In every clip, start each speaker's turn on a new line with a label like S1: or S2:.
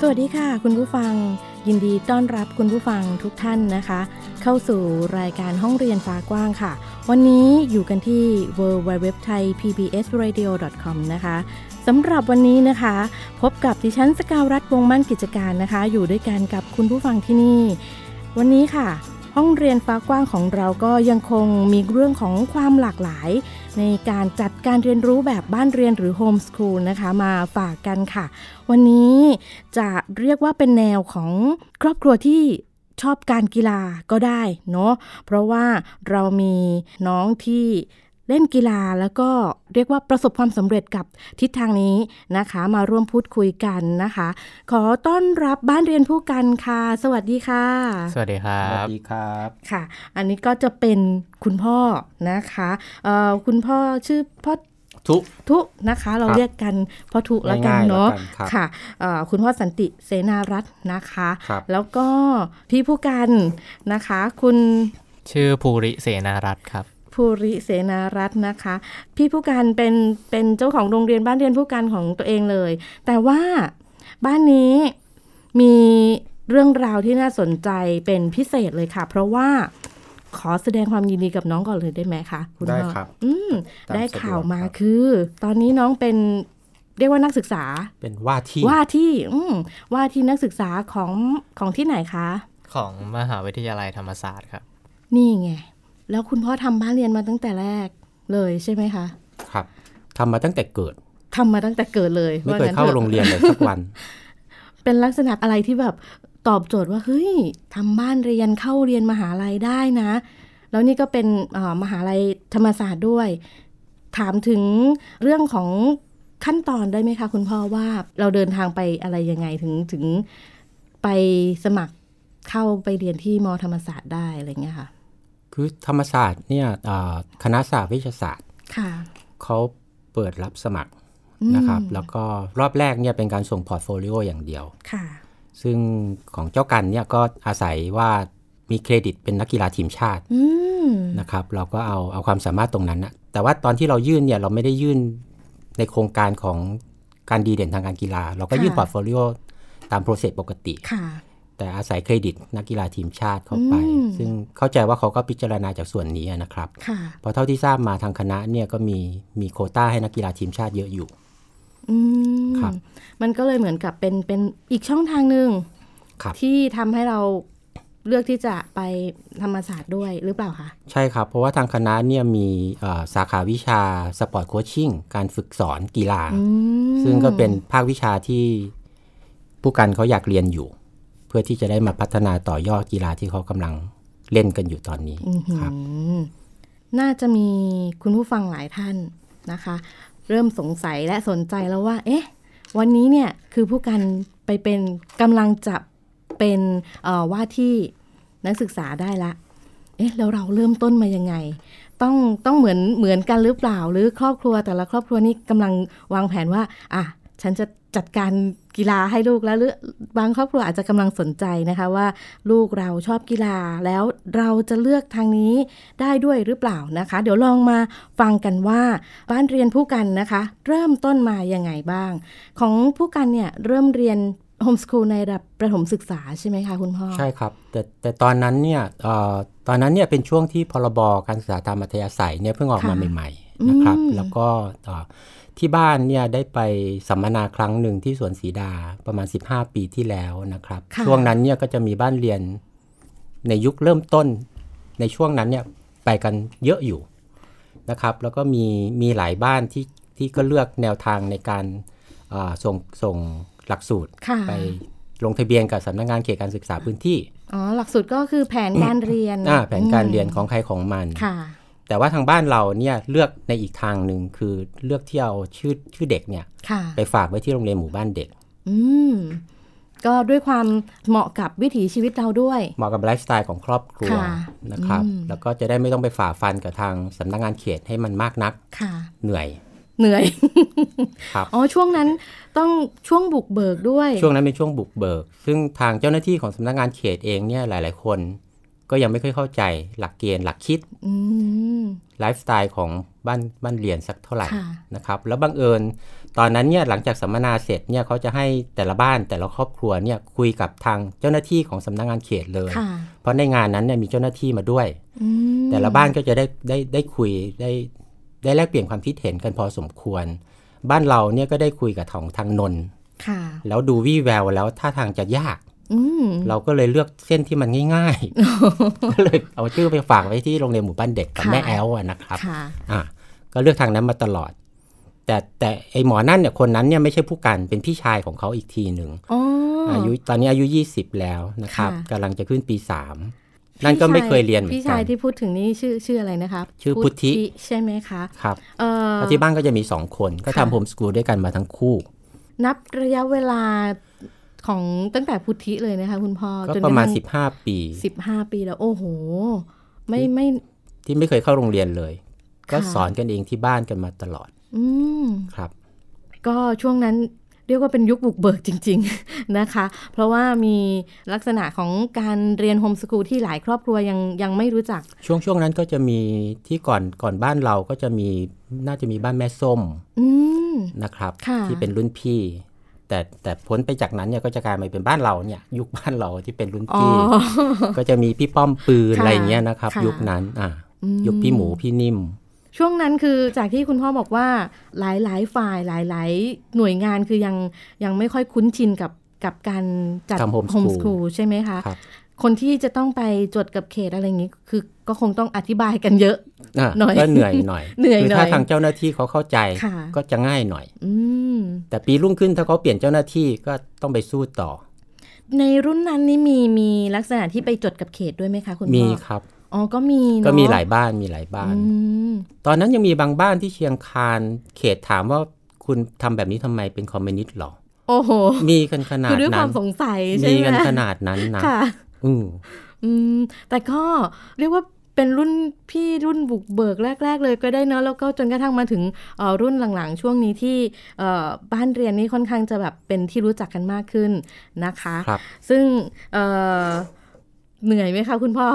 S1: สวัสดีค่ะ คุณผู้ฟัง ยินดีต้อนรับคุณผู้ฟังทุกท่านนะคะ เข้าสู่รายการห้องเรียนฟ้ากว้างค่ะ วันนี้อยู่กันที่ w w w t h a i p b s r a d i o c o m นะคะสำหรับวันนี้นะคะ พบกับดิฉันสกาวรัฐวงศ์มั่นกิจการนะคะ อยู่ด้วยกันกับคุณผู้ฟังที่นี่ วันนี้ค่ะ ห้องเรียนฟ้ากว้างของเราก็ยังคงมีเรื่องของความหลากหลาย ในการจัดการเรียนรู้แบบบ้านเรียนหรือโฮมส o ูลนะคะมาฝากกันค่ะ วันนี้จะเรียกว่าเป็นแนวของครอบครัวที่ชอบการกีฬาก็ได้เนาะเพราะว่าเรามีน้องที่เล่นกีฬาแล้วก็เรียกว่าประสบความสำเร็จกับทิศทางนี้นะคะ มาร่วมพูดคุยกันนะคะ ขอต้อนรับบ้านเรียนผู้กันค่ะ สวัสดีค่ะ
S2: สวัสดีครั
S3: สวั
S2: บ
S3: สดีครับ
S1: ค่ะ อันนี้ก็จะเป็นคุณพ่อนะคะเอ่อคุณพ่อชื่อพ่อ
S2: ทุ
S1: ทุนะคะ เรา
S2: ครับ
S1: เรียกกันพ่อทุแล้วกัน
S3: ง่ายๆ
S1: เนาะ
S3: แล้วกันครับ
S1: ค่ะเอ่อคุณพ่อสันติเสนารัตน์นะคะ
S3: ครับ
S1: แล้วก็พี่ผู้กันนะคะ คุณ
S2: ชื่อภูริเสนารัตน์ครับ
S1: ภูริเสนารัตน์นะคะ พี่ผู้กันเป็นเป็นเจ้าของโรงเรียนบ้านเรียนผู้กันของตัวเองเลย แต่ว่าบ้านนี้มีเรื่องราวที่น่าสนใจเป็นพิเศษเลยค่ะ เพราะว่าขอแสดงความยินดีกับน้องก่อนเลยได้ไหมคะณ
S3: ได้
S1: พ่อ
S3: ครับ
S1: อืม
S3: ตาม
S1: ได้
S3: สะดวก
S1: ข่าวมา
S3: ครับ
S1: คือ ตอนนี้น้องเป็นเรียกว่านักศึกษา
S3: เป็นว่าที่
S1: ว่าที่อืมว่าที่นักศึกษาของของที่ไหนคะ
S2: ของมหาวิทยาลัยธรรมศาสตร์ครับ
S1: นี่ไง แล้วคุณพ่อทำบ้านเรียนมาตั้งแต่แรกเลยใช่ไหมคะ
S3: ครับทำมาตั้งแต่เกิด
S1: ทำมาตั้งแต่เกิดเลย
S3: ไม่เค
S1: ว่
S3: ย
S1: งั้น
S3: เข้า
S1: ถอะ
S3: โรงเรีย นเลยสักวัน
S1: เป็นลักษณะอะไรที่แบบตอบโจทย์ว่าเฮ้ยทำบ้านเรียนเข้าเรียนมหาลัยได้นะ แล้วนี่ก็เป็นเอ่อมหาลัยธรรมศาสตร์ด้วย ถามถึงเรื่องของขั้นตอนได้ไหมคะคุณพ่อว่าเราเดินทางไปอะไรยังไงถึงถึงไปสมัครเข้าไปเรียนที่มธรรมศาสตร์ได้อะไรเงี้ยค่ะ
S3: คือธรรมศาสตร์เนี่ยอ่าคณะศาสตร์วิทยาศาสตร์
S1: ค่ะ
S3: เขาเปิดรับสมัคร
S1: อืม
S3: นะครับ แล้วก็รอบแรกเนี่ยเป็นการส่งพอร์ตโฟลิโออย่างเดียว
S1: ค่ะ
S3: ซึ่งของเจ้ากันเนี่ยก็อาศัยว่ามีเครดิตเป็นนักกีฬาทีมชาติ
S1: อืม
S3: นะครับ เราก็เอาเอาความสามารถตรงนั้นนะแต่ว่าตอนที่เรายื่นเนี่ยเราไม่ได้ยื่นในโครงการของการดีเด่นทางการกีฬา เราก็ยื่น
S1: ค่ะ
S3: พอร์ตโฟลิโอตามโปรเซสปกติ
S1: ค่ะ
S3: แต่อาศัยเครดิตนักกีฬาทีมชาติเข้าไป
S1: อืม
S3: ซึ่งเข้าใจว่าเขาก็พิจารณาจากส่วนนี้นะครับ
S1: ค่ะ
S3: เพอเท่าที่ทราบมาทางคณะเนี่ยก็มีมีโควต้าให้นักกีฬาทีมชาติเยอะอยู่
S1: อืม
S3: ครับ
S1: มันก็เลยเหมือนกับเป็นเป็นอีกช่องทางหนึ่ง
S3: ครับ
S1: ที่ทำให้เราเลือกที่จะไปธรรมศาสตร์ด้วยหรือเปล่าคะ
S3: ใช่ครับ เพราะว่าทางคณะเนี่ยมีเอ่อสาขาวิชาสปอร์ตโคชชิ่งการฝึกสอนกีฬา
S1: อืม
S3: ซึ่งก็เป็นภาควิชาที่ผู้กันเขาอยากเรียนอยู่ เพื่อที่จะได้มาพัฒนาต่อยอดกีฬาที่เขากำลังเล่นกันอยู่ตอนนี้ครับ
S1: อืมน่าจะมีคุณผู้ฟังหลายท่านนะคะ เริ่มสงสัยและสนใจแล้วว่า เอ๊ะ วันนี้เนี่ยคือผู้กันไปเป็นกำลังจะเป็นเอ่อว่าที่นักศึกษาได้ละ เอ๊ะแล้วเราเริ่มต้นมายังไง ต้องต้องเหมือนเหมือนกันหรือเปล่า หรือครอบครัวแต่ละครอบครัวนี่กำลังวางแผนว่า อ่ะ ฉันจะจัดการกีฬาให้ลูกแล้วหรือบางครอบครัวอาจจะกำลังสนใจนะคะว่า ลูกเราชอบกีฬาแล้วเราจะเลือกทางนี้ได้ด้วยหรือเปล่านะคะ เดี๋ยวลองมาฟังกันว่าบ้านเรียนผู้กันนะคะ เริ่มต้นมายังไงบ้าง ของผู้กันเนี่ยเริ่มเรียนโฮมส o ูลในระดับประถมศึกษาใช่ไหมคะคุณพ่อ
S3: ใช่ครับ แต่แต่ตอนนั้นเนี่ยเอ่อตอนนั้นเนี่ยเป็นช่วงที่พรบการศึกษาตามอัธยาศัยเนี่ยเพิ่งออกมา
S1: ค่ะ
S3: ใหม่ๆนะครับ
S1: อืม
S3: แล้วก็เอ่อที่บ้านเนี่ยได้ไปสัมมนาครั้งหนึ่งที่สวนสีดาประมาณ 15 ปีที่แล้วนะครับ ช่วงนั้นเนี่ยก็จะมีบ้านเรียนในยุคเริ่มต้น ในช่วงนั้นเนี่ยไปกันเยอะอยู่นะครับ แล้วก็มีมีหลายบ้านที่ที่ก็เลือกแนวทางในการเอ่อส่งส่งหลักสูตร
S1: ค่ะ
S3: ไปลงทะเบียนกับสำนักงานเขตการศึกษาพื้นที่
S1: อ๋อหลักสูตรก็คือแผนการเรียน
S3: อ่าแผนการเรียน
S1: ม
S3: ของใครของมัน
S1: ค่ะ
S3: แต่ว่าทางบ้านเราเนี่ยเลือกในอีกทางหนึ่งคือเลือกที่เอาชื่อชื่อเด็กเนี่ย
S1: ค่ะ
S3: ไปฝากไว้ที่โรงเรียนหมู่บ้านเด็ก
S1: อืม ก็ด้วยความเหมาะกับวิถีชีวิตเราด้วย
S3: เหมาะกับไลฟ์สไตล์ของครอบครัว
S1: ค่ะ
S3: นะครับ
S1: อืม
S3: แล้วก็จะได้ไม่ต้องไปฝ่าฟันกับทางสำนักงานเขตให้มันมากนัก
S1: ค่ะ
S3: เหนื่อย
S1: เหนื่อย
S3: ครับ
S1: อ๋อ ช่วงนั้นต้องช่วงบุกเบิกด้วย
S3: ช่วงนั้นเป็นช่วงบุกเบิก ซึ่งทางเจ้าหน้าที่ของสำนักงานเขตเองเนี่ยหลาย ๆ คน ก็ยังไม่ค่อยเข้าใจหลักเกณฑ์หลักคิด
S1: อืม
S3: ไลฟ์สไตล์ของบ้านบ้านเรียนสักเท่าไหร่
S1: ค่ะ
S3: นะครับ แล้วบังเอิญ ตอนนั้นเนี่ยหลังจากสัมมนาเสร็จเนี่ยเขาจะให้แต่ละบ้านแต่ละครอบครัวเนี่ยคุยกับทางเจ้าหน้าที่ของสำนักงานเขตเลย
S1: ค่ะ
S3: เพราะในงานนั้นเนี่ยมีเจ้าหน้าที่มาด้วย
S1: อืม
S3: แต่ละบ้านก็จะได้ได้ได้คุยได้ได้แลกเปลี่ยนความคิดเห็นกันพอสมควร บ้านเราเนี่ยก็ได้คุยกับของทางนนท์
S1: ค่ะ
S3: แล้วดูวี่แววแล้วท่าทางจะยาก
S1: อืม
S3: เราก็เลยเลือกเส้นที่มันง่าย ๆ ก็เลยเอาชื่อไปฝากไว้ที่โรงเรียนหมู่บ้านเด็กกับ
S1: ค่ะ
S3: แม่แอลอะนะครับ
S1: ค่ะ
S3: อ่ะก็เลือกทางนั้นมาตลอด แต่แต่ไอหมอนั่นเนี่ยคนนั้นเนี่ยไม่ใช่ผู้การเป็นพี่ชายของเขาอีกทีหนึ่ง
S1: อ๋ออ
S3: อายุตอนนี้อายุ 20 แล้วนะครับ
S1: ค่ะ
S3: กำลังจะขึ้นปีสามนั่นก็ไม่เคยเรียนเหมือน
S1: พี่
S3: กั
S1: ชาย
S3: น
S1: ที่พูดถึงนี่ชื่อชื่ออะไรนะคะ
S3: ชื่อพุทธิ
S1: ใช่ไหมคะ
S3: ครับ
S1: เออ
S3: แล้วที่บ้านก็จะมี 2 คนก็
S1: ค่ะ
S3: ทำโฮมสกูลด้วยกันมาทั้งคู่
S1: นับระยะเวลาของตั้งแต่พุทธิเลยนะคะ คุณพ่อ
S3: ก็
S1: จน
S3: ประมาณ
S1: ทั่ง
S3: 15 ปี
S1: สิบห้าปีแล้ว โอ้โห ไม่ไม่
S3: ที่ไม่เคยเข้าโรงเรียนเลย ก็
S1: ค่ะ
S3: สอนกันเองที่บ้านกันมาตลอด
S1: อืม
S3: ครับ
S1: ก็ช่วงนั้นเรียกว่าเป็นยุคบุกเบิกจริง ๆ นะคะ เพราะว่ามีลักษณะของการเรียนโฮมสกูลที่หลายครอบครัวยังยังไม่รู้จัก
S3: ช่วงช่วงนั้นก็จะมีที่ก่อนก่อนบ้านเราก็จะมีน่าจะมีบ้านแม่ส้ม
S1: อืม
S3: นะครับ
S1: ค่ะ
S3: ที่เป็นรุ่นพี่ แต่แต่พ้นไปจากนั้นเนี่ยก็จะกลายมาเป็นบ้านเราเนี่ยยุคบ้านเราที่เป็นรุ่น
S1: อ๋อ
S3: พี่ ก็จะมีพี่ป้อมปืน
S1: ค่ะ
S3: อะไรอย่างเงี้ยนะครับ
S1: ค่ะ
S3: ยุคนั้นอ่ะ
S1: อืม
S3: ยุคพี่หมูพี่นิ่ม
S1: ช่วงนั้นคือจากที่คุณพ่อบอกว่าหลายหลายๆฝ่ายหลายหลายๆหน่วยงานคือยังยังไม่ค่อยคุ้นชินกับกับการจัด
S3: ทำ homeschool
S1: มสคูลใช่ไหมคะ
S3: ครับ
S1: คนที่จะต้องไปจดกับเขตอะไรอย่างนี้ คือก็คงต้องอธิบายกันเยอะ
S3: อ่ะ
S1: หน่อย
S3: ก็เหนื่อยหน่อย
S1: เหนื่อย
S3: คื
S1: หน่
S3: ถ้า
S1: อย
S3: ทางเจ้าหน้าที่เขาเข้าใจ
S1: ค่ะ
S3: ก็จะง่ายหน่อย
S1: อืม
S3: แต่ปีรุ่งขึ้นถ้าเขาเปลี่ยนเจ้าหน้าที่ก็ต้องไปสู้ต่อ
S1: ในรุ่นนั้นนี่มีมีลักษณะที่ไปจดกับเขตด้วยไหมคะคุณพ่อ
S3: มีครับ
S1: อ๋อก็มีเนอะ
S3: ก็มีหลายบ้านมีหลายบ้าน
S1: อืม
S3: ตอนนั้นยังมีบางบ้านที่เชียงคานเขตถามว่าคุณทำแบบนี้ทำไมเป็นคอมมิวนิสต์หรอ
S1: โอ้โห
S3: มีกันขนาด
S1: คือด้วยค
S3: นั้
S1: วาน มสงสัยใช่
S3: มี
S1: ไหม
S3: กันขนาดนั้นนะ
S1: ค่ะ
S3: อืม
S1: อืมแต่ก็เรียกว่าเป็นรุ่นพี่รุ่นบุกเบิกแรก ๆ เลยก็ได้เนอะแล้วก็จนกระทั่งมาถึงเอ่อรุ่นหลังๆ ช่วงนี้ที่เอ่อบ้านเรียนนี่ค่อนข้างจะแบบเป็นที่รู้จักกันมากขึ้นนะคะ
S3: ครับ
S1: ซึ่งเอ่อเหนื่อยไหมคะคุณ พ่อ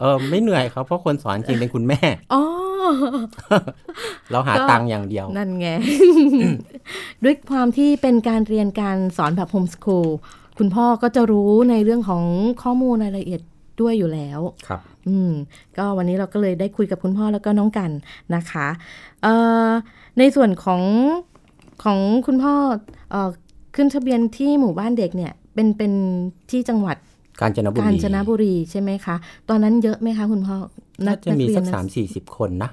S3: เออไม่เหนื่อยครับเพราะคนสอนจริงเป็นคุณแม่
S1: อ๋อ
S3: เราหา
S1: ก็
S3: ตังค์อย่างเดียว
S1: นั่นไง ด้วยความที่เป็นการเรียนการสอนแบบโฮมส o ูลคุณพ่อก็จะรู้ในเรื่องของข้อมูลรายละเอียดด้วยอยู่แล้ว
S3: ครับ
S1: อืมก็วันนี้เราก็เลยได้คุยกับคุณพ่อแล้วก็น้องกันนะคะเอ่อในส่วนของของคุณพ่อเอ่อขึ้นทะเบียนที่หมู่บ้านเด็กเนี่ยเป็นเป็นที่จังหวัด
S3: การจนบุรี
S1: กาญจนบุรีใช่ไหมคะ ตอนนั้นเยอะไหมคะคุณพ่อ
S3: น่าจะมีสัก
S1: นั
S3: สามสี่สิบคนนะ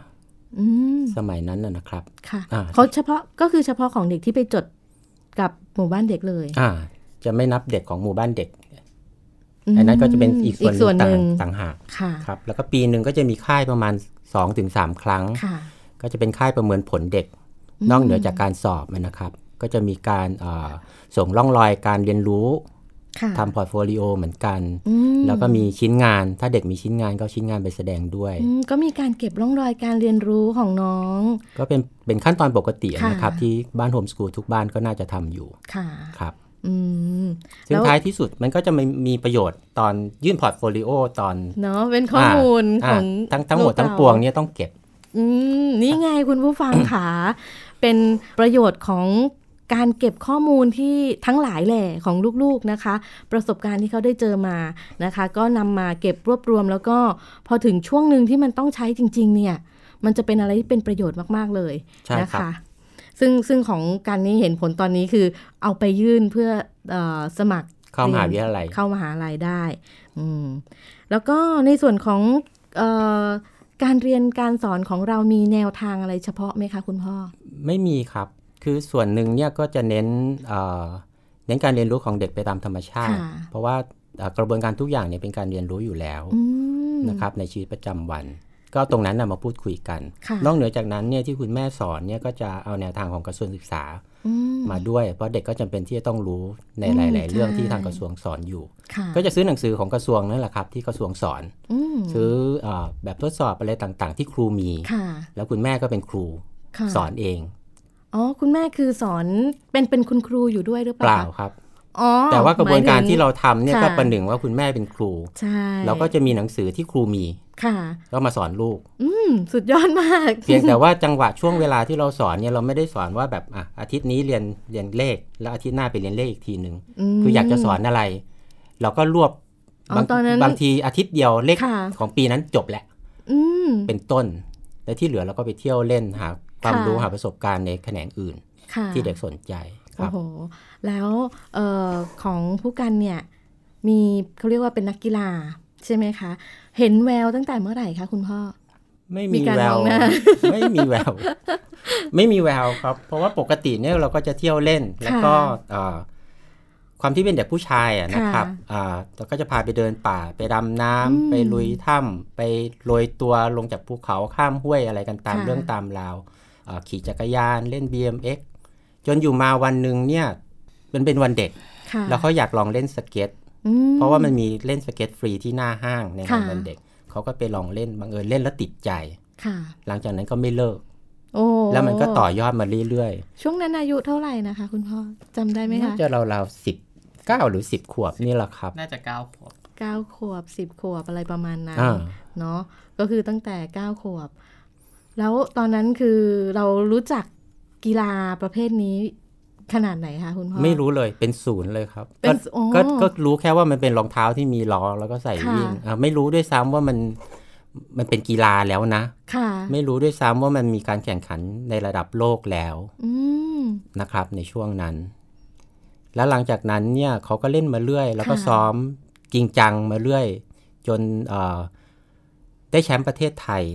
S1: อืม
S3: สมัยนั้นนะนะครับ
S1: ค่ะ
S3: อ่า
S1: เขาเฉพาะก็คือเฉพาะของเด็กที่ไปจดกับหมู่บ้านเด็กเลย
S3: อ่า จะไม่นับเด็กของหมู่บ้านเด็ก
S1: ม
S3: อันนั้นก็จะเป็นอีก
S1: อีกส่
S3: ส่
S1: ว
S3: วน น
S1: ห
S3: ห
S1: นึ่
S3: นึ่
S1: ง
S3: งต่างต่างหาก
S1: ค่ะ
S3: ครับ แล้วก็ปีหนึ่งก็จะมีค่ายประมาณสองถึงสามครั้ง
S1: ค่ะ
S3: ก็จะเป็นค่ายประเมินผลเด็ก
S1: อืม
S3: นอกเหนือจากการสอบนะครับ ก็จะมีการเอ่อส่งร่องรอยการเรียนรู้
S1: ค่ะ
S3: ทำพอร์ตโฟลิโอเหมือนกัน
S1: อืม
S3: แล้วก็มีชิ้นงาน ถ้าเด็กมีชิ้นงานก็เอาชิ้นงานไปแสดงด้วย
S1: อืมก็มีการเก็บร่องรอยการเรียนรู้ของน้อง
S3: ก็เป็นเป็นขั้นตอนปกติ
S1: ค่ะ
S3: นะครับ ที่บ้านโฮมสกูลทุกบ้านก็น่าจะทำอยู่
S1: ค่ะ
S3: ครับ
S1: อืม
S3: ซึ่ง
S1: แล้ว
S3: ท้ายที่สุดมันก็จะมีมีประโยชน์ตอนยื่นพอร์ตโฟลิโอตอน
S1: เนาะเป็นข้อมูล
S3: า
S1: ของ
S3: าทั้งทั้งหม
S1: ลู
S3: ด
S1: กเรา
S3: ทั้งปวงเนี่ยต้องเก็บ
S1: อืมนี่ไงคุณผู้ฟัง ค่ะเป็นประโยชน์ของการเก็บข้อมูลที่ทั้งหลายแหล่ของลูกๆนะคะ ประสบการณ์ที่เขาได้เจอมานะคะ ก็นำมาเก็บรวบรวมแล้วก็พอถึงช่วงหนึ่งที่มันต้องใช้จริง ๆ เนี่ย มันจะเป็นอะไรที่เป็นประโยชน์มากๆเลย
S3: ใช่
S1: นะ
S3: ครั
S1: คะ
S3: บ
S1: ซึ่งซึ่งของการนี้เห็นผลตอนนี้คือเอาไปยื่นเพื่อเออสมัคร
S3: เข้ามหาวิทยาลัย
S1: เข้ามหาลัยได้ อืม แล้วก็ในส่วนของเออการเรียนการสอนของเรามีแนวทางอะไรเฉพาะไหมคะคุณพ่อ
S3: ไม่มีครับ คือส่วนหนึ่งเนี่ยก็จะเน้นเอ่อเน้นการเรียนรู้ของเด็กไปตามธรรมชาติ
S1: ค่ะ
S3: เพราะว่าเอ่อกระบวนการทุกอย่างเนี่ยเป็นการเรียนรู้อยู่แล้ว
S1: อืม
S3: นะครับในชีวิตประจำวัน ก็ตรงนั้นนะมาพูดคุยกัน
S1: ค่ะ
S3: นอกเหนือจากนั้นเนี่ยที่คุณแม่สอนเนี่ยก็จะเอาแนวทางของกระทรวงศึกษา
S1: อื
S3: มาด้วย เพราะเด็กก็จำเป็นที่จะต้องรู้ในหลาย ๆ เรื่องที่ทางกระทรวงสอนอยู่
S1: ค่ะ
S3: ก็จะซื้อหนังสือของกระทรวงนั่นแหละครับที่กระทรวงสอน
S1: อืม
S3: ซื้อเออแบบทดสอบอะไรต่าง ๆ ที่ครูมี
S1: ค่ะ
S3: แล้วคุณแม่ก็เป็นครู
S1: ค่ะ
S3: สอนเอง
S1: อ๋อคุณแม่คือสอนเป็นเป็นคุณครูอยู่ด้วยหรือเป
S3: เปล่า
S1: ล่า
S3: ครับ
S1: อ๋อ
S3: แต่ว่ากระบวนการที่
S1: หมยถึ
S3: เราทำเนี่ย
S1: ค่ะ
S3: ก็ประหนึ่งว่าคุณแม่เป็นครู
S1: งใช่
S3: เราก็จะมีหนังสือที่ครูมี
S1: ค่ะ
S3: ก็มาสอนลูก
S1: อืมสุดยอดมาก
S3: เพียงแต่ว่าจังหวะช่วงเวลาที่เราสอนเนี่ยเราไม่ได้สอนว่าแบบอ่ะอาทิตย์นี้เรียนเรียนเลข แล้วอาทิตย์หน้าไปเรียนเลขอีกทีหนึ่ง
S1: ม
S3: คืออยากจะสอนอะไร เราก็รวบ
S1: อ๋อบ
S3: าง
S1: ตอนนั้น
S3: บางทีอาทิตย์เดียวเลข
S1: ค่ะ
S3: ของปีนั้นจบแล้ว
S1: อืม
S3: เป็นต้น และที่เหลือเราก็ไปเที่ยวเล่นหาความ
S1: ค่ะ
S3: รู้หาประสบการณ์ในแขนงอื่น
S1: ค่ะ
S3: ที่เด็กสนใจค
S1: โอ้
S3: รับ
S1: โหแล้วเอ่อของผู้กันเนี่ย มีเขาเรียกว่าเป็นนักกีฬาใช่ไหมคะ เห็นแววตั้งแต่เมื่อไหร่คะคุณพ่อ
S3: ไม่
S1: มี
S3: มี
S1: การ
S3: แว
S1: ม
S3: ว
S1: องหน้า
S3: ไม่มีแวว ไม่มีแววครับ เพราะว่าปกติเนี่ยเราก็จะเที่ยวเล่น แล้วก็เอ่อความที่เป็นเด็กผู้ชายอะนะครับ
S1: ค่ะ
S3: อ่าเราก็จะพาไปเดินป่าไปดำน้ำ
S1: อืม
S3: ไปลุยถ้ำไปโรยตัวลงจากภูเขาข้ามห้วยอะไรกันตาม
S1: ค่ะ
S3: เรื่องตามราวเอ่อขี่จักรยานเล่น BMX จนอยู่มาวันหนึ่งเนี่ยมันเป็นวันเด็ก
S1: ค่ะ
S3: แล้วเขาอยากลองเล่นสเก็ต
S1: อื
S3: เพราะว่ามันมีเล่นสเก็ตฟรีที่หน้าห้างในงาน
S1: ค่ะ
S3: วันเด็กเขาก็ไปลองเล่นบังเอิญเล่นแล้วติดใจ
S1: ค่ะ
S3: หลังจากนั้นก็ไม่เลิก
S1: โอ้
S3: แล้วมันก็ต่อยอดมาเรื่อย
S1: ช่วงนั้นอายุเท่าไหร่นะคะ คุณพ่อจำได้ไหม
S3: ๆน่า
S1: คะ
S3: จะราวๆสิบเก้าหรือสิบขวบนี่แหละครับ
S2: น่าจะเก้าขวบ
S1: เก้าขวบสิบขวบอะไรประมาณนั้น
S3: อ่า
S1: เนาะก็คือตั้งแต่เก้าขวบ แล้วตอนนั้นคือเรารู้จักกีฬาประเภทนี้ขนาดไหนคะคุณพ่อ
S3: ไม่รู้เลยเป็นศูนย์เลยครับ
S1: เป็
S3: ก็
S1: นศูนย์
S3: ก็
S1: อ๋อ
S3: ก็รู้แค่ว่ามันเป็นรองเท้าที่มีล้อแล้วก็ใส่
S1: ค่ะ
S3: วิ่งอ่ะไม่รู้ด้วยซ้ำว่ามันมันเป็นกีฬาแล้วนะ
S1: ค่ะ
S3: ไม่รู้ด้วยซ้ำว่ามันมีการแข่งขันในระดับโลกแล้ว
S1: อืม
S3: นะครับ ในช่วงนั้น แล้วหลังจากนั้นเนี่ยเขาก็เล่นมาเรื่อย แล้วก็
S1: ค่ะ
S3: ซ้อมจริงจังมาเรื่อย จนเอ่อได้แชมป์ประเทศไทย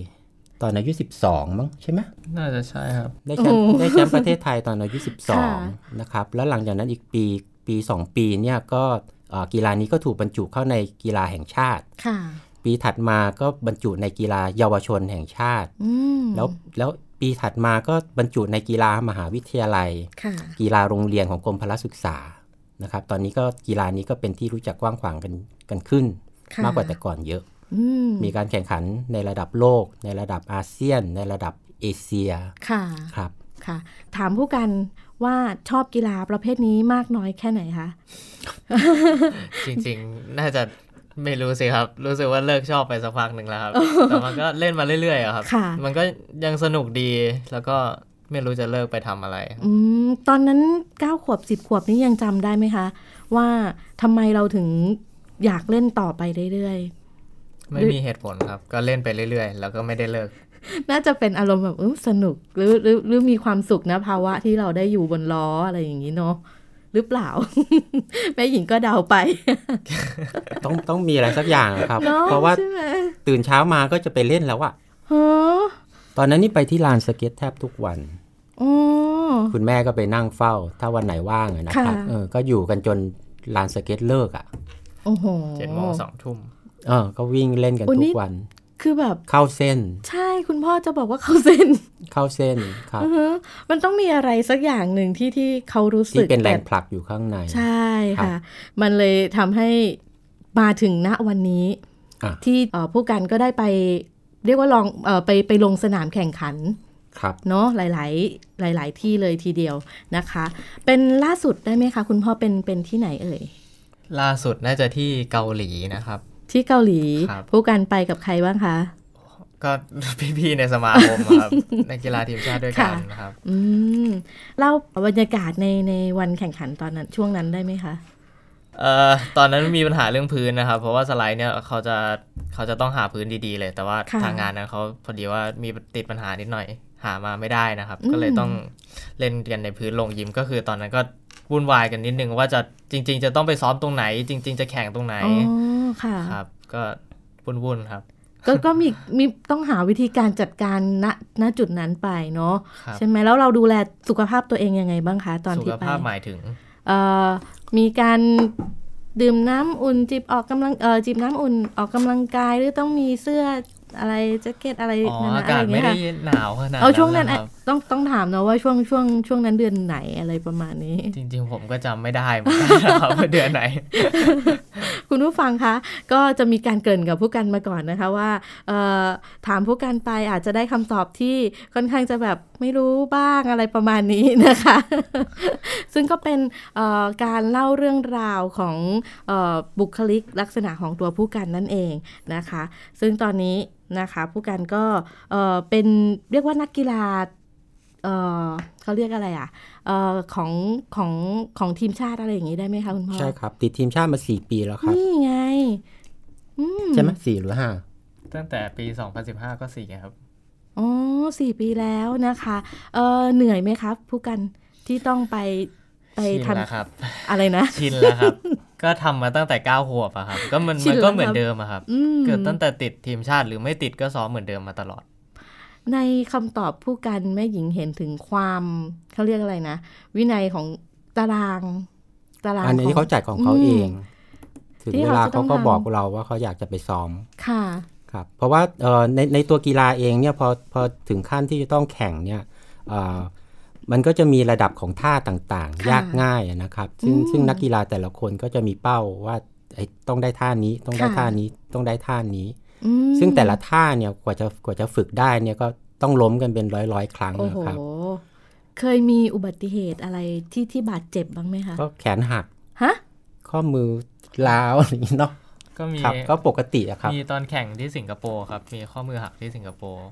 S3: ตอนอายุ12มั้งใช่ไหม
S2: น่าจะใช่ครับ
S3: ได้แชมป์
S1: โอ้โห
S3: ได้แชมป์ประเทศไทยตอนอายุ
S1: ค่ะ
S3: 12 นะครับ แล้วหลังจากนั้นอีกปีปี 2 ปีเนี่ยก็เอ่อกีฬานี้ก็ถูกบรรจุเข้าในกีฬาแห่งชาติ
S1: ค่ะ
S3: ปีถัดมาก็บรรจุในกีฬาเยาวชนแห่งชาติ
S1: อืม
S3: แล้วแล้วปีถัดมาก็บรรจุในกีฬามหาวิทยาลัย
S1: ค่ะ
S3: กีฬาโรงเรียนของกรมพละศึกษานะครับ ตอนนี้ก็กีฬานี้ก็เป็นที่รู้จักกว้างขวางกันกันขึ้น
S1: ค่ะ
S3: มากกว่าแต่ก่อนเยอะ
S1: อืม
S3: มีการแข่งขันในระดับโลก ในระดับอาเซียน ในระดับเอเชีย
S1: ค่ะ
S3: ครับ
S1: ค่ะ ถามผู้กันว่าชอบกีฬาประเภทนี้มากน้อยแค่ไหนคะ
S2: จริงๆ น่าจะไม่รู้สิครับ รู้สึกว่าเลิกชอบไปสักพักหนึ่ง แล้วครับ แต่มันก็เล่นมาเรื่อยๆอะครับ
S1: ค่ะ
S2: มันก็ยังสนุกดี แล้วก็ไม่รู้จะเลิกไปทำอะไรครับ
S1: อืม ตอนนั้นเก้าขวบสิบขวบนี้ยังจำได้ไหมคะ ว่าทำไมเราถึงอยากเล่นต่อไปเรื่อย
S2: ไม่มีเหตุผลครับ ก็เล่นไปเรื่อย ๆ แล้วก็ไม่ได้เลิก
S1: ๆ น่าจะเป็นอารมณ์แบบเออสนุกหรือหรือหรือมีความสุขนะภาวะที่เราได้อยู่บนล้ออะไรอย่างนี้เนาะหรือเปล่า แม่หญิงก็เดาไป
S3: ต้องต้องมีอะไรสักอย่างอะครับ
S1: เนาะ
S3: เพราะว่า
S1: ใช่ไหม
S3: ตื่นเช้ามาก็จะไปเล่นแล้วอะ
S1: ฮะ
S3: ตอนนั้นนี่ไปที่ลานสเก็ตแทบทุกวัน
S1: อ๋อ
S3: คุณแม่ก็ไปนั่งเฝ้า ถ้าวันไหนว่างอะนะครับ
S1: ค่ะ
S3: เออก็อยู่กันจนลานสเก็ตเลิกอะ
S1: โอ้โห
S2: เจ็ดโมงสองทุ่ม
S3: เออ ก็วิ่งเล่นกัน
S1: อุ๊ย
S3: ทุ
S1: นี่
S3: กวัน
S1: คือแบบ
S3: เข้าเส้น
S1: ใช่คุณพ่อจะบอกว่าเขาเซ็น
S3: เข้าเส้นครับ
S1: อือฮึมันต้องมีอะไรสักอย่างหนึ่งที่ที่เขารู้สึ
S3: ที่
S1: ก
S3: เป็นแรง
S1: บบ
S3: ผลักอยู่ข้างใน
S1: ใช่
S3: ครับ
S1: ค่ะ มันเลยทำให้มาถึงณวันนี้
S3: อ่ะ
S1: ที่เอ่อผู้การก็ได้ไป เรียกว่าลองเออไปไปลงสนามแข่งขัน
S3: ครับ
S1: เนาะหลาย ๆ หลาย ๆ ที่เลยทีเดียวนะคะ เป็นล่าสุดได้ไหมคะคุณพ่อเป็นเป็นที่ไหนเอ่ย
S2: ล่าสุดน่าจะที่เกาหลีนะครับ
S1: ที่เกาหลี
S2: ครับ
S1: ผู้การไปกับใครบ้างคะ
S2: ก็ พี่ๆในสมาคมอะ ครับในกีฬาทีมชาติด้วยกันนะครับ
S1: อืมเล่าบรรยากาศในในวันแข่งขันตอนนั้นช่วงนั้นได้ไหมคะ
S2: เอ่อตอนนั้นมีปัญหาเรื่องพื้นนะครับ เพราะว่าสไลด์เนี่ยเขาจะเขาจะต้องหาพื้นดีๆเลย แต่ว่า
S1: ค่ะ
S2: ทางงานนั้นเขาพอดีว่ามีติดปัญหานิดหน่อยหามาไม่ได้นะครับ ก็เลยต้องเล่นกันในพื้นลงยิมก็คือตอนนั้นก็วุ่นวายกันนิดนึงว่าจะจริง ๆ จะต้องไปซ้อมตรงไหน จริง ๆ จะแข่งตรงไหน
S1: อ๋อค่ะ
S2: ครับ ก็วุ่นๆครับ
S1: ก็ก็มีมีต้องหาวิธีการจัดการณณจุดนั้นไปเนาะ
S2: ครับ
S1: ใช่ไหมแล้วเราดูแลสุขภาพตัวเองยังไงบ้างคะ ตอน
S2: สุ
S1: ที่
S2: ข
S1: ไป
S2: ภาพหมายถึง
S1: เอ่อมีการดื่มน้ำอุ่นจิบออกกำลังเออจิบน้ำอุ่นออกกำลังกายหรือต้องมีเสื้อ อะไรแจ็คเก็ตอะไร
S2: อ๋อ
S1: นั่น
S2: อา
S1: นะ
S2: กาศ
S1: ย่ง
S2: ไม่
S1: เงี้ย
S2: ได้
S1: ค่ะ
S2: หนาวขนาด
S1: เอาช่วงนั้นะ
S2: ค
S1: อะ
S2: รับ
S1: ต้องต้องถามเนาะว่าช่วงช่วงช่วงนั้นเดือนไหนอะไรประมาณนี้
S2: จริง ๆ ผมก็จำไม่ได้เหมือนกันนะครับ ว่าเดือนไหน
S1: คุณผู้ฟังคะ ก็จะมีการเกรินกับผู้กันมาก่อนนะคะว่าเอ่อถามผู้กันไปอาจจะได้คำตอบที่ค่อนข้างจะแบบไม่รู้บ้างอะไรประมาณนี้นะคะ ซึ่งก็เป็นเอ่อการเล่าเรื่องราวของเออบุคลิกลักษณะของตัวผู้กันนั่นเองนะคะ ซึ่งตอนนี้นะคะผู้กันก็เอ่อเป็นเรียกว่านักกีฬาเอ่อเขาเรียกอะไรอะ่ะเอ่อของของของทีมชาติอะไรอย่างนี้ได้ไหมคะคุณพ่อ
S3: ใช่ครับ ติดทีมชาติมาสี่ปีแล้วครับ
S1: นี่ไง อื
S3: ใช่ไหมสี่หรือห้า
S2: ตั้งแต่ปี 2015 ก็สี่ไงครับ
S1: อ๋อสี่ปีแล้วนะคะ เออเหนื่อยไหมครับ ผู้กันที่ต้องไปไป
S2: ชิน
S1: ท
S2: แล้วครับ
S1: ำอะไรนะ
S2: ชินแล้วครับ ก็ทำมาตั้งแต่9ก้าขวบอะครับ ก็มัน
S1: ชิน
S2: มั
S1: แล้
S2: น
S1: ว
S2: ก็เหมือ
S1: ครั
S2: น
S1: บ
S2: เดิมอะครับ
S1: อืม
S2: เกิดตั้งแต่ติดทีมชาติหรือไม่ติดก็ซ้อมเหมือนเดิมมาตลอด
S1: ในคำตอบผู้กันแม่หญิงเห็นถึงความเขาเรียกอะไรนะ วินัยของตาราง ตาราง
S3: อัน
S1: ข
S3: นี้
S1: อง
S3: เขาจัดของเขาเอง ถึง
S1: ที่
S3: เว
S1: เขา
S3: ลา
S1: จะต้
S3: เขา
S1: อง
S3: ก็
S1: ทำ
S3: บอกเราว่าเขาอยากจะไปซ้อม
S1: ค่ะ
S3: ครับเพราะว่าเอ่อในในตัวกีฬาเองเนี่ยพอพอถึงขั้นที่จะต้องแข่งเนี่ยเอ่อมันก็จะมีระดับของท่าต่าง
S1: ค่ะ
S3: ๆ ยากง่ายอะนะครับ ซึ่ง
S1: อืม
S3: ซึ่งนักกีฬาแต่ละคนก็จะมีเป้าว่าไอ้ต้องได้ท่านี้ต้องได้
S1: ค่ะ
S3: ท่านี้ต้องได้ท่านี้
S1: อืม
S3: ซึ่งแต่ละท่าเนี่ยกว่าจะกว่าจะฝึกได้เนี่ยก็ต้องล้มกันเป็นร้อยร้อยๆครั้ง
S1: โอ้
S3: นะ
S1: โห
S3: ครับ
S1: เคยมีอุบัติเหตุอะไรที่ที่บาดเจ็บบ้างไหมคะ
S3: ก็แขนหัก
S1: ฮะ
S3: ข้อมือล้าว อะไรอย่างนี้เนาะ
S2: ก็มี
S3: ครับก็ปกติอะครับ
S2: มีตอนแข่งที่สิงคโปร์ครับ มีข้อมือหักที่สิงคโปร์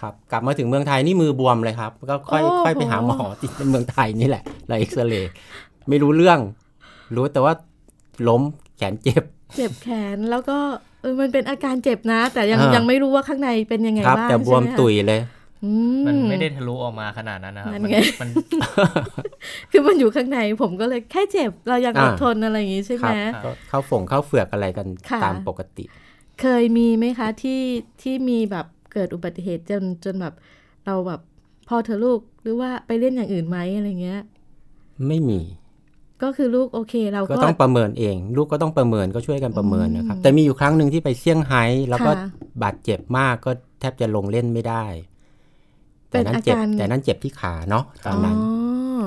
S3: ครับ กลับมาถึงเมืองไทยนี่มือบวมเลยครับ ก็ค่อย
S1: โโ
S3: ค่อยไปหาหมอที่เมืองไทยนี่แหละ ไรเอ็กซเรย์ไม่รู้เรื่อง รู้แต่ว่าล้มแขนเจ็บ
S1: เจ็บแขนแล้วก็เออมันเป็นอาการเจ็บนะ แต่ยัง
S3: อ่ายั
S1: ยังไม่รู้ว่าข้างในเป็นยังไง
S3: ครับ
S1: บ้าง
S3: แต่บวม
S1: ใช่ไหคะ
S3: ตุยเลย
S1: อืม
S2: มันไม่ได้ทะลุออกมาขนาดนั้นนะครับ
S1: นั่น
S2: มัน
S1: ไง
S2: มัน
S1: คือมันอยู่ข้างในผมก็เลยแค่เจ็บเรายังอ
S3: อ่า
S1: ดทนอะไรอย่างงี้ใช่
S3: ค
S1: ไหม
S3: รับก็เข้าฝงเข้าเฟือกอะไรกัน
S1: ค่ะ
S3: ตามปกติ
S1: เคยมีไหมคะที่ที่มีแบบเกิดอุบัติเหตุจนจนแบบเราแบบพอเธอะลูกหรือว่าไปเล่นอย่างอื่นไหมอะไรเงี้ย
S3: ไม่มี
S1: ก็คือลูกโอเคเรา
S3: ก็
S1: ก็
S3: ต้องประเมินเอง ลูกก็ต้องประเมินก็ช่วยกันประเมินนะครับ
S1: อืม
S3: แต่มีอยู่ครั้งหนึ่งที่ไปเซี่ยงไฮ้แล้วก็
S1: ค่ะ
S3: บาดเจ็บมากก็แทบจะลงเล่นไม่ได้ แต่นั้น
S1: เป็นอา
S3: เจ็บ
S1: การ
S3: แต่นั้นเจ็บที่ขาเนาะตอนนั้น
S1: อ๋อ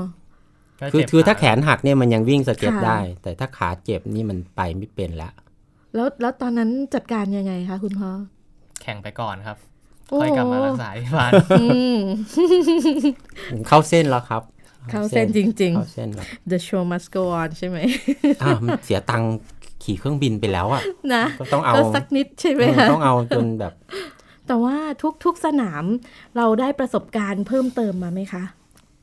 S2: ก็
S3: คือ
S2: เจ็บ
S3: คือถ้าแขนหักเนี่ยมันยังวิ่งสเก็ต
S1: ค่ะ
S3: ได้ แต่ถ้าขาเจ็บนี่มันไปไม่เป็นละ
S1: แล้วแล้วตอนนั้นจัดการยังไงคะคุณพ่อ
S2: แข่งไปก่อนครับ
S1: โอ้
S2: ค่อยกลับมารักษา ที่บ้าน
S1: อืม
S3: เข้าเส้นแล้วครับ
S1: เข้าเส้นจริง
S3: เข้าเส้นแล้ว
S1: ๆ The show must go on ใช่ไหม
S3: อ้าวมันเสียตังค์ขี่เครื่องบินไปแล้วอ่ะ
S1: นะ
S3: ก็ต้องเอา
S1: ก็สักนิดใช่ไหม
S3: อืม
S1: คะ
S3: ต้องเอาจนแบบ
S1: แต่ว่าทุกทุกสนามเราได้ประสบการณ์เพิ่มเติมมาไหมคะ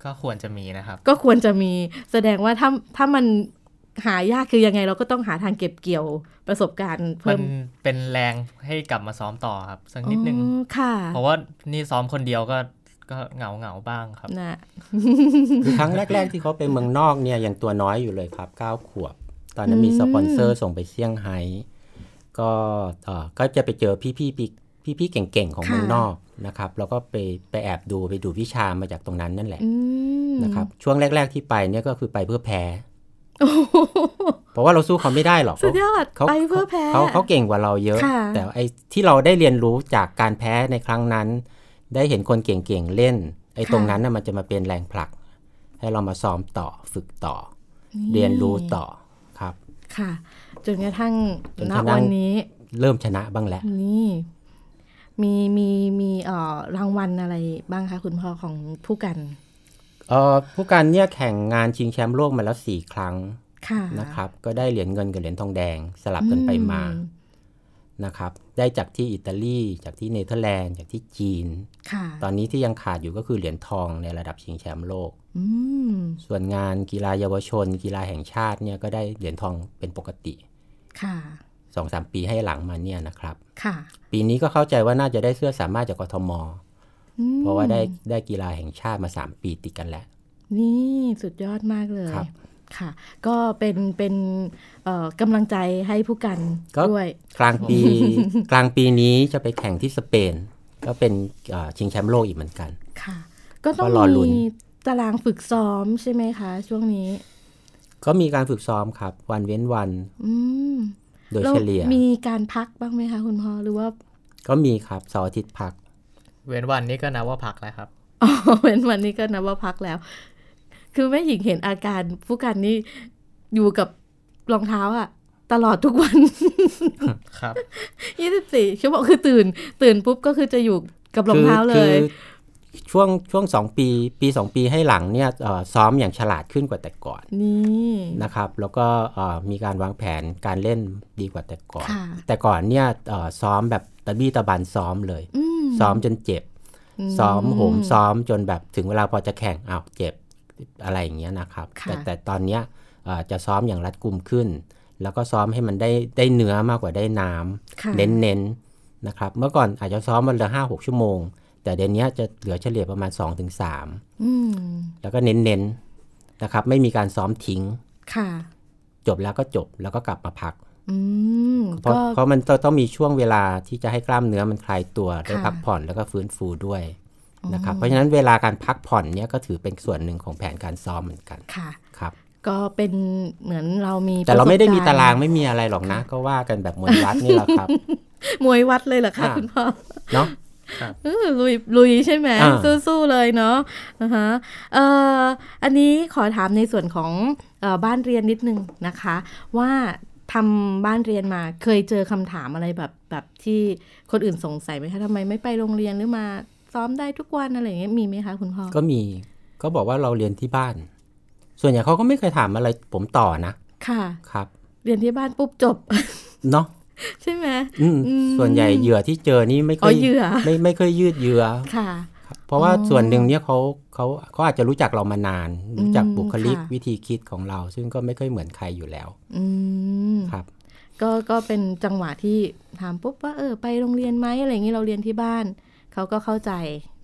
S2: ก็ควรจะมีนะครับ
S1: ก็ควรจะมีแสดงว่าถ้าถ้ามันหายากคือยังไงเราก็ต้องหาทางเก็บเกี่ยวประสบการณ์
S2: มั
S1: เพิ่
S2: น
S1: ม
S2: เป็นแรงให้กลับมาซ้อมต่อครับสักนิดนึง
S1: อ๋อค่ะ
S2: เพราะว่านี่ซ้อมคนเดียวก็ก็เหงาเหงาๆบ้างครับ
S1: นะ
S3: คือครั้งแรก ๆ ที่เขาไปเมืองนอกเนี่ยยังตัวน้อยอยู่เลยครับเก้าขวบ ตอนนั้นมีสปอนเซอร์ส่งไปเซี่ยงไฮ้ก็เอ่อก็จะไปเจอพี่พี่พี่พี่ๆเก่งๆของเมืองนอกนะครับแล้วก็ไปไปแอบดูไปดูวิชามาจากตรงนั้นนั่นแหละ
S1: อืม
S3: นะครับช่วงแรก ๆ ที่ไปเนี่ยก็คือไปเพื่อแพ้ เพราะว่าเราสู้เขาไม่ได้หรอก
S1: สุด
S3: เขา
S1: ยอด
S3: เขา
S1: ไปเพื่อแพ้
S3: เขาเขาเก่งกว่าเราเยอะ
S1: ค่ะ
S3: แต่ไอ้ที่เราได้เรียนรู้จากการแพ้ในครั้งนั้น ได้เห็นคนเก่งๆเล่น ไอ้ตรงนั้นน่ะมันจะมาเป็นแรงผลัก ให้เรามาซ้อมต่อฝึกต่อ เรียนรู้ต่อครับ
S1: ค่ะ จนกระทั่ง
S3: จน
S1: ณ
S3: กระทั่ง
S1: วันนี้
S3: เริ่มชนะบ้างแล้ว
S1: นี่มีมีมีเอ่อรางวัลอะไรบ้างคะคุณพ่อของผู้กัน
S3: เอ่อผู้การเนี่ยแข่งงานชิงแชมป์โลกมาแล้ว 4 ครั้ง
S1: ค่ะ
S3: นะครับ ก็ได้เหรียญเงินกับเหรียญทองแดงสลับกันไปมา
S1: อื
S3: นะครับ ได้จากที่อิตาลีจากที่เนเธอร์แลนด์จากที่จีน
S1: ค่ะ
S3: ตอนนี้ที่ยังขาดอยู่ก็คือเหรียญทองในระดับชิงแชมป์โลก
S1: อืม
S3: ส่วนงานกีฬาเยาวชน กีฬาแห่งชาติเนี่ยก็ได้เหรียญทองเป็นปกติ
S1: ค่ะ
S3: 2อสปีให้หลังมาเนี่ยนะครับ
S1: ค่ะ
S3: ปีนี้ก็เข้าใจว่าน่าจะได้เสื้อสามารถจากกทม
S1: อืม
S3: เพราะว่าได้ได้กีฬาแห่งชาติมา 3 ปีติดกันแล้ว
S1: นี่สุดยอดมากเลย
S3: ครับ
S1: ค่ะ ก็เป็นเป็นเอ่อกำลังใจให้ผู้กัน
S3: ก็
S1: ด้วย
S3: กลางปี กลางปีนี้จะไปแข่งที่สเปน ก็เป็นเอ่อชิงแชมป์โลกอีกเหมือนกัน
S1: ค่ะ ก็ต้อง
S3: ก็รอลุ้น
S1: มีตารางฝึกซ้อมใช่ไหมคะ ช่วงนี้
S3: ก็มีการฝึกซ้อมครับ วันเว้นวัน
S1: อืม
S3: โดย
S1: แล้ว
S3: เฉลี่ย
S1: มีการพักบ้างไหมคะคุณพ่อหรือว่า
S3: ก็มีครับเสาร์อาทิตย์พัก
S2: เว้นวันนี้ก็นับว่าพักแล้วครับ
S1: อ๋อเว้นวันนี้ก็นับว่าพักแล้ว คือแม่หญิงเห็นอาการผู้กันนี่อยู่กับรองเท้าอะตลอดทุกวัน
S2: ครับ
S1: 24 ชั่วโมงคือตื่น ตื่นปุ๊บก็คือจะอยู่กับรองเท้าเล
S3: คื
S1: ย
S3: คือช่วงช่วงสองปีปีสองปีให้หลังเนี่ยเอ่อซ้อมอย่างฉลาดขึ้นกว่าแต่ก่อน
S1: นี่
S3: นะครับ แล้วก็เอ่อมีการวางแผนการเล่นดีกว่าแต่ก่อน
S1: ค่ะ
S3: แต่ก่อนเนี่ยเอ่อซ้อมแบบตะบี้ตะบันซ้อมเลย
S1: อืม
S3: ซ้อมจนเจ็บ ซ้อมโหมซ้อมจนแบบถึงเวลาพอจะแข่งอ้าวเจ็บอะไรอย่างเงี้ยนะครับ
S1: ค่ะ
S3: แต่แต่ตอนเนี้ยเอ่อจะซ้อมอย่างรัดกุมขึ้น แล้วก็ซ้อมให้มันได้ได้เนื้อมากกว่าได้น้ำ
S1: ค่ะ
S3: เน้นๆนะครับเมื่อก่อนอาจจะซ้อมวันละห้าหกชั่วโมง แต่เดี๋ยวนี้จะเหลือเฉลี่ยประมาณ 2-3ถึงสาม
S1: อืม
S3: แล้วก็เน้นๆนะครับไม่มีการซ้อมทิ้ง
S1: ค่ะ
S3: จบแล้วก็จบแล้วก็กลับมาพัก
S1: อืม
S3: เพราะ
S1: ก็
S3: เพราะมันต้องต้องมีช่วงเวลาที่จะให้กล้ามเนื้อมันคลายตัวได้
S1: ค่ะ
S3: พักผ่อนแล้วก็ฟื้นฟูด้วยนะครับเพราะฉะนั้นเวลาการพักผ่อนเนี่ยก็ถือเป็นส่วนหนึ่งของแผนการซ้อมเหมือนกัน
S1: ค่ะ
S3: ครับ
S1: ก็เป็นเหมือนเรามี
S3: แต่เราไม่ได้มี
S1: ปะสบก
S3: ตาราง
S1: ณ์
S3: ไม่มีอะไรหรอกนะ ก็ว่ากันแบบมวลวัดนี่แหละครับ
S1: มวยวัดเลยเหรอคะ
S3: อ่า
S1: คุณพ่อ
S3: เนาะ
S1: เออลุยลุยใช่ไหม
S3: อ่า
S1: สู้ๆเลยเนาะนะคะเอ่ออันนี้ขอถามในส่วนของเอ่อบ้านเรียนนิดนึงนะคะ ว่าทำบ้านเรียนมาเคยเจอคำถามอะไรแบบแบบที่คนอื่นสงสัยไหมคะทำไมไม่ไปโรงเรียนหรือมาซ้อมได้ทุกวันอะไรอย่างเงี้ยมีไหมคะคุณพ่อ
S3: ก็มีก็บอกว่าเราเรียนที่บ้าน ส่วนใหญ่เขาก็ไม่เคยถามอะไรผมต่อนะ
S1: ค่ะ
S3: ครับ
S1: เรียนที่บ้านปุ๊บจ บ
S3: เนาะ
S1: ใช่ไหม
S3: อืม
S1: อืม
S3: ส่วนใหญ่เหยื่อที่เจอนี่ไม่เค
S1: อ๋อย เหยื่อ
S3: ไม่ไม่เคยยืดเยื้อ
S1: ค่ะ
S3: เพราะว่า
S1: อ๋อ
S3: ส่วนหนึ่งเนี่ยเขาเขาเขาอาจจะรู้จักเรามานาน รู้จัก
S1: อืม
S3: บุคลิก
S1: ค่ะ
S3: วิธีคิดของเรา ซึ่งก็ไม่เคยเหมือนใครอยู่แล้ว
S1: อืม
S3: ครับ
S1: ก็ก็เป็นจังหวะที่ถามปุ๊บว่าเออไปโรงเรียนไหมอะไรอย่างนี้เราเรียนที่บ้าน เขาก็เข้าใจ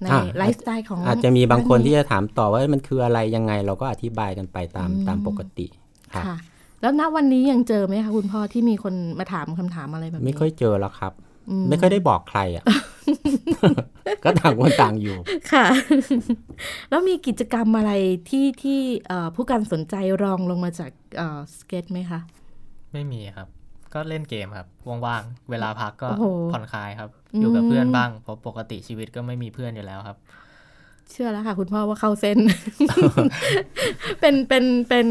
S1: ใน
S3: อ่า
S1: ไลฟ์สไตล์ของ
S3: อาจจะมีบางคนที่
S1: บ้
S3: จะถามต่อว่ามันคืออะไรยังไงเราก็อธิบายกันไปตามตามปกติค
S1: ค่ะ
S3: รับ
S1: ค่ะ แล้วณวันนี้ยังเจอไหมคะคุณพ่อที่มีคนมาถามคำถามอะไรแบบนี้
S3: ไม่ค่อยเจอแล้วครับ
S1: อื
S3: ไม่ค่อยได้บอกใคร อ่ะ ก็ต่างคนต่างอยู่
S1: ค่ะ แล้วมีกิจกรรมอะไรที่ที่เอ่อผู้การสนใจรองลงมาจากเอ่อสเก็ตไหมคะ
S2: ไม่มีครับ ก็เล่นเกมครับ ว่างๆ เวลาพักก็
S1: โอ้โห
S2: ผ่อนคลายครับ
S1: อืม
S2: อยู่กับเพื่อนบ้าง เพราะปกติชีวิตก็ไม่มีเพื่อนอยู่แล้วครับ
S1: เชื่อแล้วค่ะ คุณพ่อว่าเข้าเส้น เป็นเป็นเป็น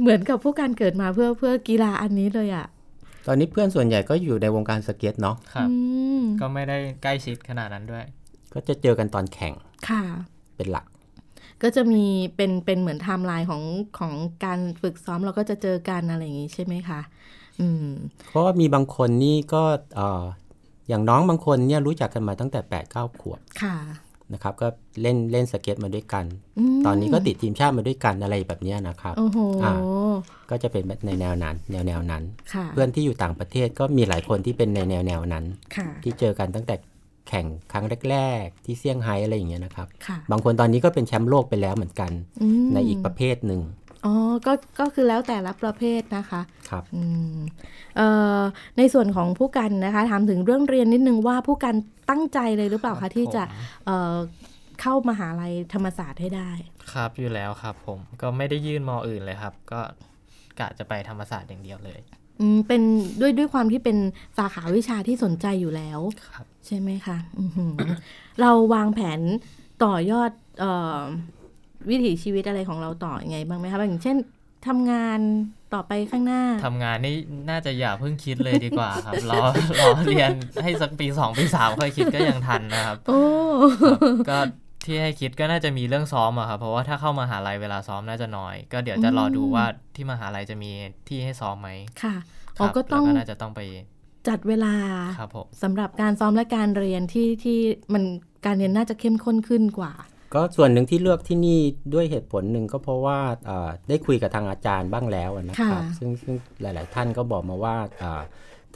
S1: เหมือนกับผู้การเกิดมาเพื่อเพื่อกีฬาอันนี้เลยอ่ะ
S3: ตอนนี้เพื่อนส่วนใหญ่ก็อยู่ในวงการสเก็ตเนาะ
S2: ครับ
S1: อืม
S2: ก็ไม่ได้ใกล้ชิดขนาดนั้นด้วย
S3: ก็จะเจอกันตอนแข่ง
S1: ค่ะ
S3: เป็นหลัก
S1: ก็จะมีเป็นเป็นเหมือนไทม์ไลน์ของของการฝึกซ้อมเราก็จะเจอกันอะไรอย่างนี้ใช่ไหมคะ อืม
S3: เพราะว่ามีบางคนนี่ก็เอ่ออย่างน้องบางคนเนี่ยรู้จักกันมาตั้งแต่8ปดเก้าขวบ
S1: ค่ะ
S3: นะครับก็เล่นเล่นสเก็ตมาด้วยกัน
S1: ม
S3: ตอนนี้ก็ติดทีมชาติมาด้วยกันอะไรแบบเนี้ยนะครับ
S1: โอ้โห
S3: อ่า ก็จะเป็นในแนวนั้นแนวแนวนั้น
S1: ค่ะ
S3: เพื่อนที่อยู่ต่างประเทศก็มีหลายคนที่เป็นในแนวแนวนั้น
S1: ค่ะ
S3: ที่เจอกันตั้งแต่แข่งครั้งแรก ๆ ที่เซี่ยงไฮ้อะไรอย่างเงี้ยนะครับ
S1: ค่ะ
S3: บางคนตอนนี้ก็เป็นแชมป์โลกไปแล้วเหมือนกัน
S1: ม
S3: ในอีกประเภทหนึ่ง
S1: อ๋อ ก็ ก็คือแล้วแต่ละประเภทนะคะ
S3: ครับ
S1: อืมเอ่อในส่วนของผู้กันนะคะถามถึงเรื่องเรียนนิดนึงว่าผู้กันตั้งใจเลยหรือเปล่า
S2: ครั
S1: คะ
S2: บ
S1: ที่จะ
S2: ผม
S1: เอ่อเข้ามหาลัยธรรมศาสตร์ให้ได้
S2: ครับอยู่แล้วครับผม ก็ไม่ได้ยื่นมออื่นเลยครับ ก็กะจะไปธรรมศาสตร์อย่างเดียวเลย
S1: อืมเป็นด้วยด้วยความที่เป็นสาขาวิชาที่สนใจอยู่แล้ว
S2: ครับ
S1: ใช่ไหมคะอื้อหือ เราวางแผนต่อยอดเออวิถีชีวิตอะไรของเราต่ออยังไงบ้างไหมคะอย่างเช่นทำงานต่อไปข้างหน้า
S2: ทำงานนี่น่าจะอย่าเพิ่งคิดเลยดีกว่าครับ รอ รอเรียนให้สักปีสองปีสามค่อยคิดก็ยังทันนะครับ
S1: โอ้
S2: ครับก็ที่ให้คิดก็น่าจะมีเรื่องซ้อมอะครับเพราะว่าถ้าเข้ามาหาลัยเวลาซ้อมน่าจะน้อย ก็เดี๋ยวจะรอดูว่าที่มหาลัยจะมีที่ให้ซ้อมไหม
S1: ค่ะ
S2: ค
S1: อ๋อ
S2: รับ
S1: ก็
S2: แล้ว
S1: ต้อง
S2: ก็น่าจะต้องไป
S1: จัดเวลา
S2: ครับผม
S1: สำหรับการซ้อมและการเรียนที่ที่มันการเรียนน่าจะเข้มข้นขึ้นกว่า
S3: ก็ส่วนหนึ่งที่เลือกที่นี่ด้วยเหตุผลหนึ่งก็เพราะว่าเอ่อได้คุยกับทางอาจารย์บ้างแล้วนะครับ
S1: ค่ะ
S3: ซึ่งซึ่งหลาย ๆ ท่านก็บอกมาว่าเอ่อ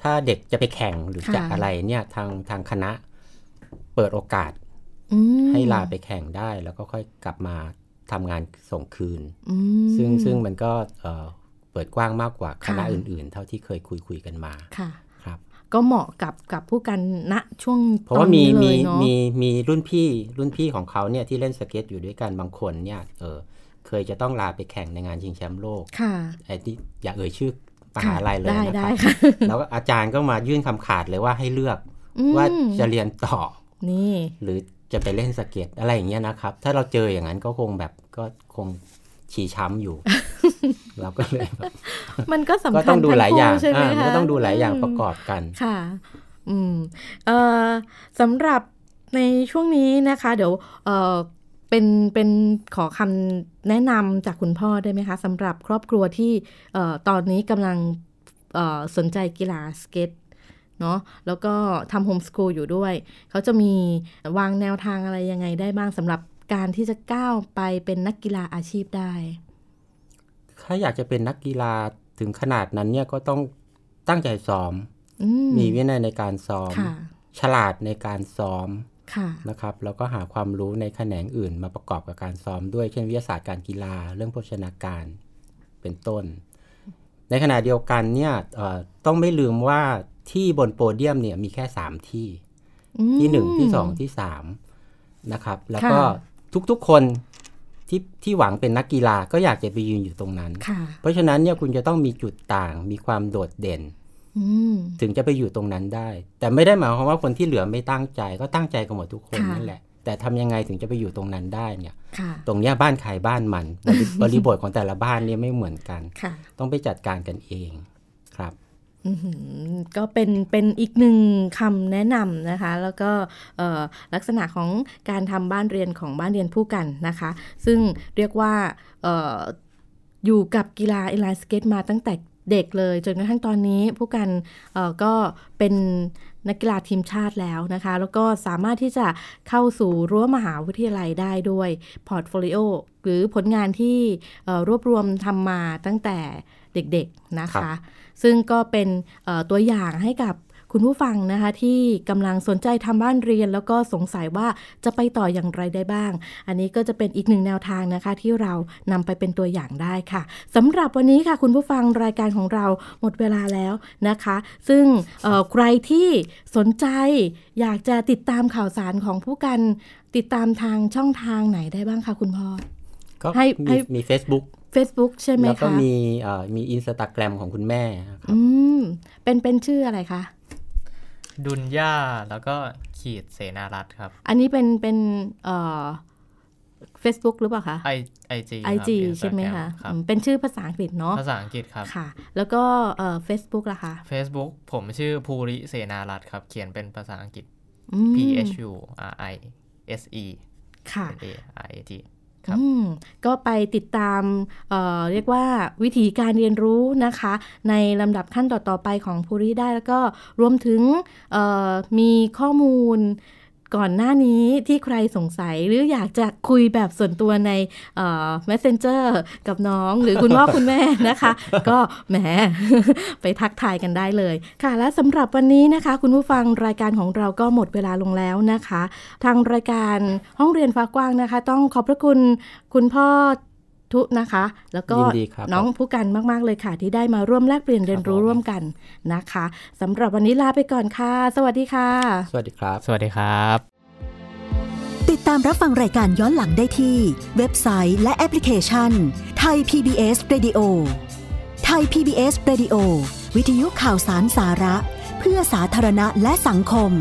S3: ถ้าเด็กจะไปแข่งหรือ
S1: ค่ะ
S3: จะอะไรเนี่ยทางทางคณะเปิดโอกาส
S1: อืม
S3: ให้ลาไปแข่งได้ แล้วก็ค่อยกลับมาทำงานส่งคืน
S1: อืม
S3: ซึ่งซึ่งมันก็เอ่อเปิดกว้างมากกว่าคณะ
S1: ค่ะ
S3: อื่น ๆ เท่าที่เคยคุยคุยกันมา
S1: ค่ะ
S3: ครับ
S1: ก็เหมาะกับกับผู้กันณช่วง
S3: เพราะว่า
S1: ตอน
S3: มี
S1: นี้เล
S3: มี
S1: ยเนอะ
S3: มีมีรุ่นพี่รุ่นพี่ของเขาเนี่ยที่เล่นสเก็ตอยู่ด้วยกันบางคนเนี่ยเออเคยจะต้องลาไปแข่งในงานชิงแชมป์โลก
S1: ค่ะ
S3: ไอ้ที่อย่าเอ่ยชื่อม
S1: ค่ะ
S3: หาลัยเลย
S1: ได้
S3: นะค
S1: ได้
S3: รับ
S1: ค่ะ
S3: แล้วก็อาจารย์ก็มายื่นคำขาดเลยว่าให้เลือก
S1: อืม
S3: ว่าจะเรียนต่อ
S1: นี่
S3: หรือจะไปเล่นสเก็ตอะไรอย่างเงี้ยนะครับ ถ้าเราเจออย่างนั้นก็คงแบบก็คงฉี่ช้ำ อยู่ เราก็เลยแบบ
S1: มันก็สำคัญ
S3: ก็ต้องดูหลายอย่าง
S1: ทั้คู่ใช่ไหม
S3: อ่ามัน
S1: คะ
S3: ก็ต้องดูหลายอย่างประกอบกัน
S1: ค่ะ อืมเอ่อสำหรับในช่วงนี้นะคะ เดี๋ยวเอ่อเป็นเป็นขอคำแนะนำจากคุณพ่อได้ไหมคะสำหรับครอบครัวที่เอ่อตอนนี้กำลังเอ่อสนใจกีฬาสเก็ตเนาะแล้วก็ทำโฮมสคูลอยู่ด้วย เขาจะมีวางแนวทางอะไรยังไงได้บ้างสำหรับการที่จะก้าวไปเป็นนักกีฬาอาชีพได้
S3: ถ้าอยากจะเป็นนักกีฬาถึงขนาดนั้นเนี่ยก็ต้องตั้งใจซ้อม
S1: อื
S3: มีวินัยในการซ้อม
S1: ค่ะ
S3: ฉลาดในการซ้อม
S1: ค่ะ
S3: นะครับ แล้วก็หาความรู้ในแขนงอื่นมาประกอบกับการซ้อมด้วย เช่นวิทยาศาสตร์การกีฬาเรื่องโภชนาการเป็นต้น ในขณะเดียวกันเนี่ยเอ่อต้องไม่ลืมว่าที่บนโปเดียมเนี่ยมีแค่ 3 ที่
S1: อืม
S3: ที่หนึ่งที่สองที่สามนะครับ แล้วก็
S1: ค่ะ
S3: ทุกๆคนที่ที่หวังเป็นนักกีฬาก็อยากจะไปยืนอยู่ตรงนั้น
S1: ค่ะ
S3: เพราะฉะนั้นเนี่ยคุณจะต้องมีจุดต่างมีความโดดเด่น
S1: อืม
S3: ถึงจะไปอยู่ตรงนั้นได้ แต่ไม่ได้หมายความว่าคนที่เหลือไม่ตั้งใจก็ตั้งใจกันหมดทุกคน
S1: ค่ะ
S3: นั่นแหละ แต่ทำยังไงถึงจะไปอยู่ตรงนั้นได้เนี่ย
S1: ค่ะ
S3: ตรงเนี้ยบ้านใครบ้านมันบริบริบทของแต่ละบ้านเนี่ยไม่เหมือนกัน
S1: ค่ะ
S3: ต้องไปจัดการกันเองครับ
S1: อื้อหือก็เป็นเป็นอีกหนึ่งคำแนะนำนะคะ แล้วก็เอ่อลักษณะของการทำบ้านเรียนของบ้านเรียนผู้กันนะคะ ซึ่งเรียกว่าเอ่ออยู่กับกีฬาอินไลน์สเก็ตมาตั้งแต่เด็กเลย จนกระทั่งตอนนี้ผู้กันเอ่อก็เป็นนักกีฬาทีมชาติแล้วนะคะ แล้วก็สามารถที่จะเข้าสู่รั้วมหาวิทยาลัยได้ด้วยพอร์ตโฟลิโอหรือผลงานที่เอ่อรวบรวมทำมาตั้งแต่เด็กๆนะ
S3: ครั
S1: คะ
S3: บ
S1: ซึ่งก็เป็นเอ่อตัวอย่างให้กับคุณผู้ฟังนะคะ ที่กำลังสนใจทำบ้านเรียน แล้วก็สงสัยว่าจะไปต่ออย่างไรได้บ้าง อันนี้ก็จะเป็นอีกหนึ่งแนวทางนะคะ ที่เรานำไปเป็นตัวอย่างได้ค่ะสำหรับวันนี้ค่ะ คุณผู้ฟังรายการของเราหมดเวลาแล้วนะคะ ซึ่งเอ่อใครที่สนใจอยากจะติดตามข่าวสารของผู้กัน ติดตามทางช่องทางไหนได้บ้างคะคุณพ่อ
S3: ก็
S1: ให้ให้
S3: มีมี Facebook
S1: Facebook ใช่ไหมคะ
S3: แล้วก็มีเอ่อมีอินสตาแกรมของคุณแม่ครับ
S1: อืมเป็นเป็นชื่ออะไรคะ
S2: ดุนย่าแล้วก็ขีดเสนารัตน์ครับ
S1: อันนี้เป็นเป็นเอ่อ Facebook หรือเปล่าคะ
S2: ไอไอจีครับ
S1: IG
S2: Instagram
S1: ใช่ไหมคะ
S2: รับ
S1: อืมเป็นชื่อภาษาอังกฤษเนาะ
S2: ภาษาอังกฤษครับ
S1: ค่ะ แล้วก็เอ่อ Facebook ล่ะคะ
S2: Facebook ผมชื่อภูริเสนารัตน์ครับ เขียนเป็นภาษาอังกฤษ
S1: อืม
S2: P H U R I S E
S1: ค่ะ
S2: N A R A T ครับ
S1: อืมก็ไปติดตามเอ่อเรียกว่าวิธีการเรียนรู้นะคะ ในลำดับขั้นต่อ ๆ ไปของภูริได้แล้วก็รวมถึงเอ่อมีข้อมูลก่อนหน้านี้ที่ใครสงสัยหรืออยากจะคุยแบบส่วนตัวในเอ่อ messenger กับน้องหรือคุณพ่อ คุณแม่นะคะ ก็แหม ไปทักทายกันได้เลยค่ะ และสำหรับวันนี้นะคะ คุณผู้ฟังรายการของเราก็หมดเวลาลงแล้วนะคะ ทางรายการห้องเรียนฟ้ากว้างนะคะ ต้องขอบพระคุณคุณพ่อทุนะคะ แล้วก็
S3: ยินดีครับ
S1: น้องผู้กันมาก ๆ เลยค่ะ ที่ได้มาร่วมแลกเปลี่ยนเรียนรู้
S3: ครับผม
S1: ร่วมกันนะคะสำหรับวันนี้ลาไปก่อนค่ะ สวัสดีค่ะ
S3: สวัสดีครับ
S2: สวัสดีครับ
S4: ติดตามรับฟังรายการย้อนหลังได้ที่ เว็บไซต์และแอปพลิเคชันไทย PBS Radio ไทย PBS Radio วิทยุข่าวสารสาระ เพื่อสาธารณะและสังคม